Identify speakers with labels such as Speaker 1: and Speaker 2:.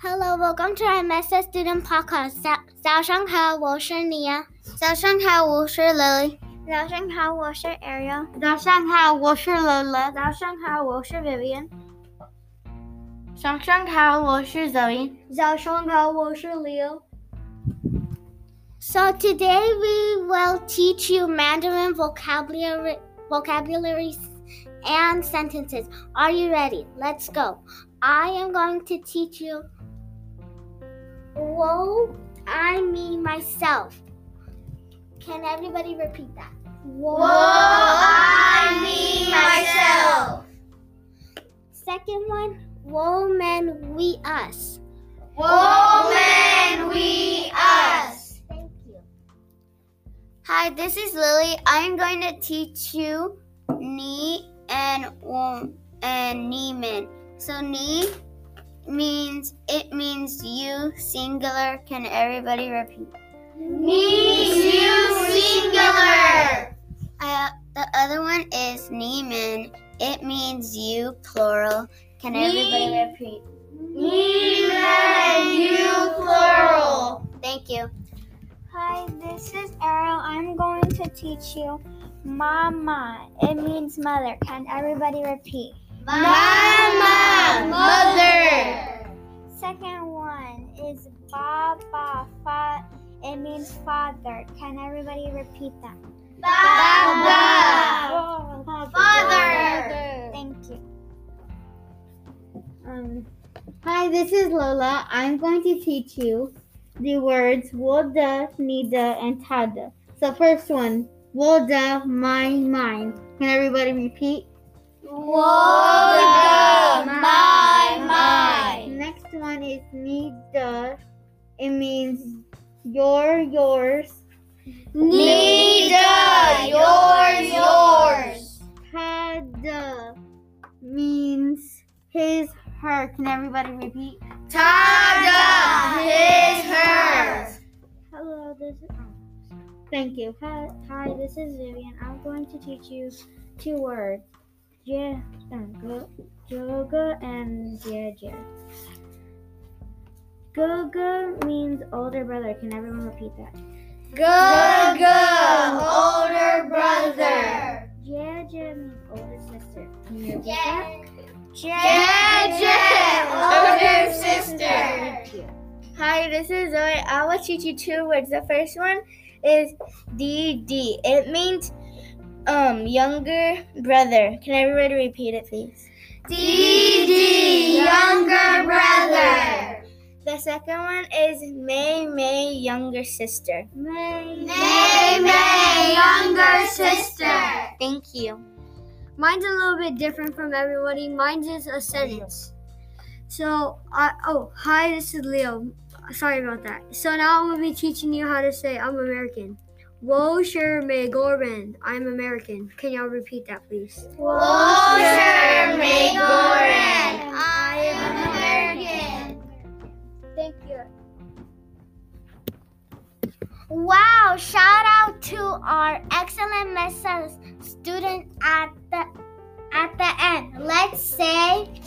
Speaker 1: Hello, welcome to our Master Student Podcast. 早早上好，我是你呀。早上好，我是 Lily。早上好，我是 Ariel。早上好，我是 Lola。早上好，我是 Vivian。早上好，我是 Zoe。早上好，我是 Leo. So today we will teach you Mandarin vocabulary vocabularies and sentences. Are you ready? Let's go. I am going to teach you Whoa, I mean myself. Can everybody repeat that? Whoa,
Speaker 2: I mean myself.
Speaker 1: Second one, whoa, men, we, us.
Speaker 2: Woman, we us.
Speaker 1: Thank you.
Speaker 2: Hi, this is Lily. I am going to teach you ni and wom and neman. So ni means it means you singular. Can everybody repeat? Means you singular. Uh, the other one is neman. It means you plural. Can everybody repeat? Neman you plural. Thank you.
Speaker 1: Hi, this is Ariel. I'm going to teach you mama. It means mother. Can everybody repeat?
Speaker 2: Mama, mother.
Speaker 1: Second one is baba. Fa- it means father. Can everybody repeat that?
Speaker 2: Baba, father.
Speaker 1: Thank you.
Speaker 3: Um, hi, this is Lola. I'm going to teach you the words woda, nida, and tada. So first one, woda, my mind. Can everybody repeat?
Speaker 2: Woda, my mind.
Speaker 3: Next one is nida. It means your, yours.
Speaker 2: Nida, yours, yours.
Speaker 3: Tada means his, her. Can everybody repeat?
Speaker 2: Tada, his, hers.
Speaker 3: Hello, this is. Thank you. Hi, hi, this is Vivian. I'm going to teach you two words. Je- um, go- Goga and Jeje. Goga means older brother. Can everyone repeat that?
Speaker 2: Gaga, older brother.
Speaker 3: Jeje means older sister. Can you repeat that?
Speaker 2: Jaja, older sister.
Speaker 3: Thank you.
Speaker 2: Hi, this is Zoe. I will teach you two words. The first one is DD. It means um younger brother. Can everybody repeat it, please? DD, younger brother. The second one is May May, younger sister.
Speaker 3: May.
Speaker 2: May May, younger sister. Thank you.
Speaker 1: Mine's a little bit different from everybody. Mine's is a sentence. So, I, oh, hi, this is Leo. Sorry about that. So now I'm gonna be teaching you how to say I'm American. Whoa, sure, May Gorman. I'm American. Can y'all repeat that, please?
Speaker 2: Older May Goran. I am American.
Speaker 1: Thank you. Wow, shout out to our excellent Mrs. student at the at the end. Let's say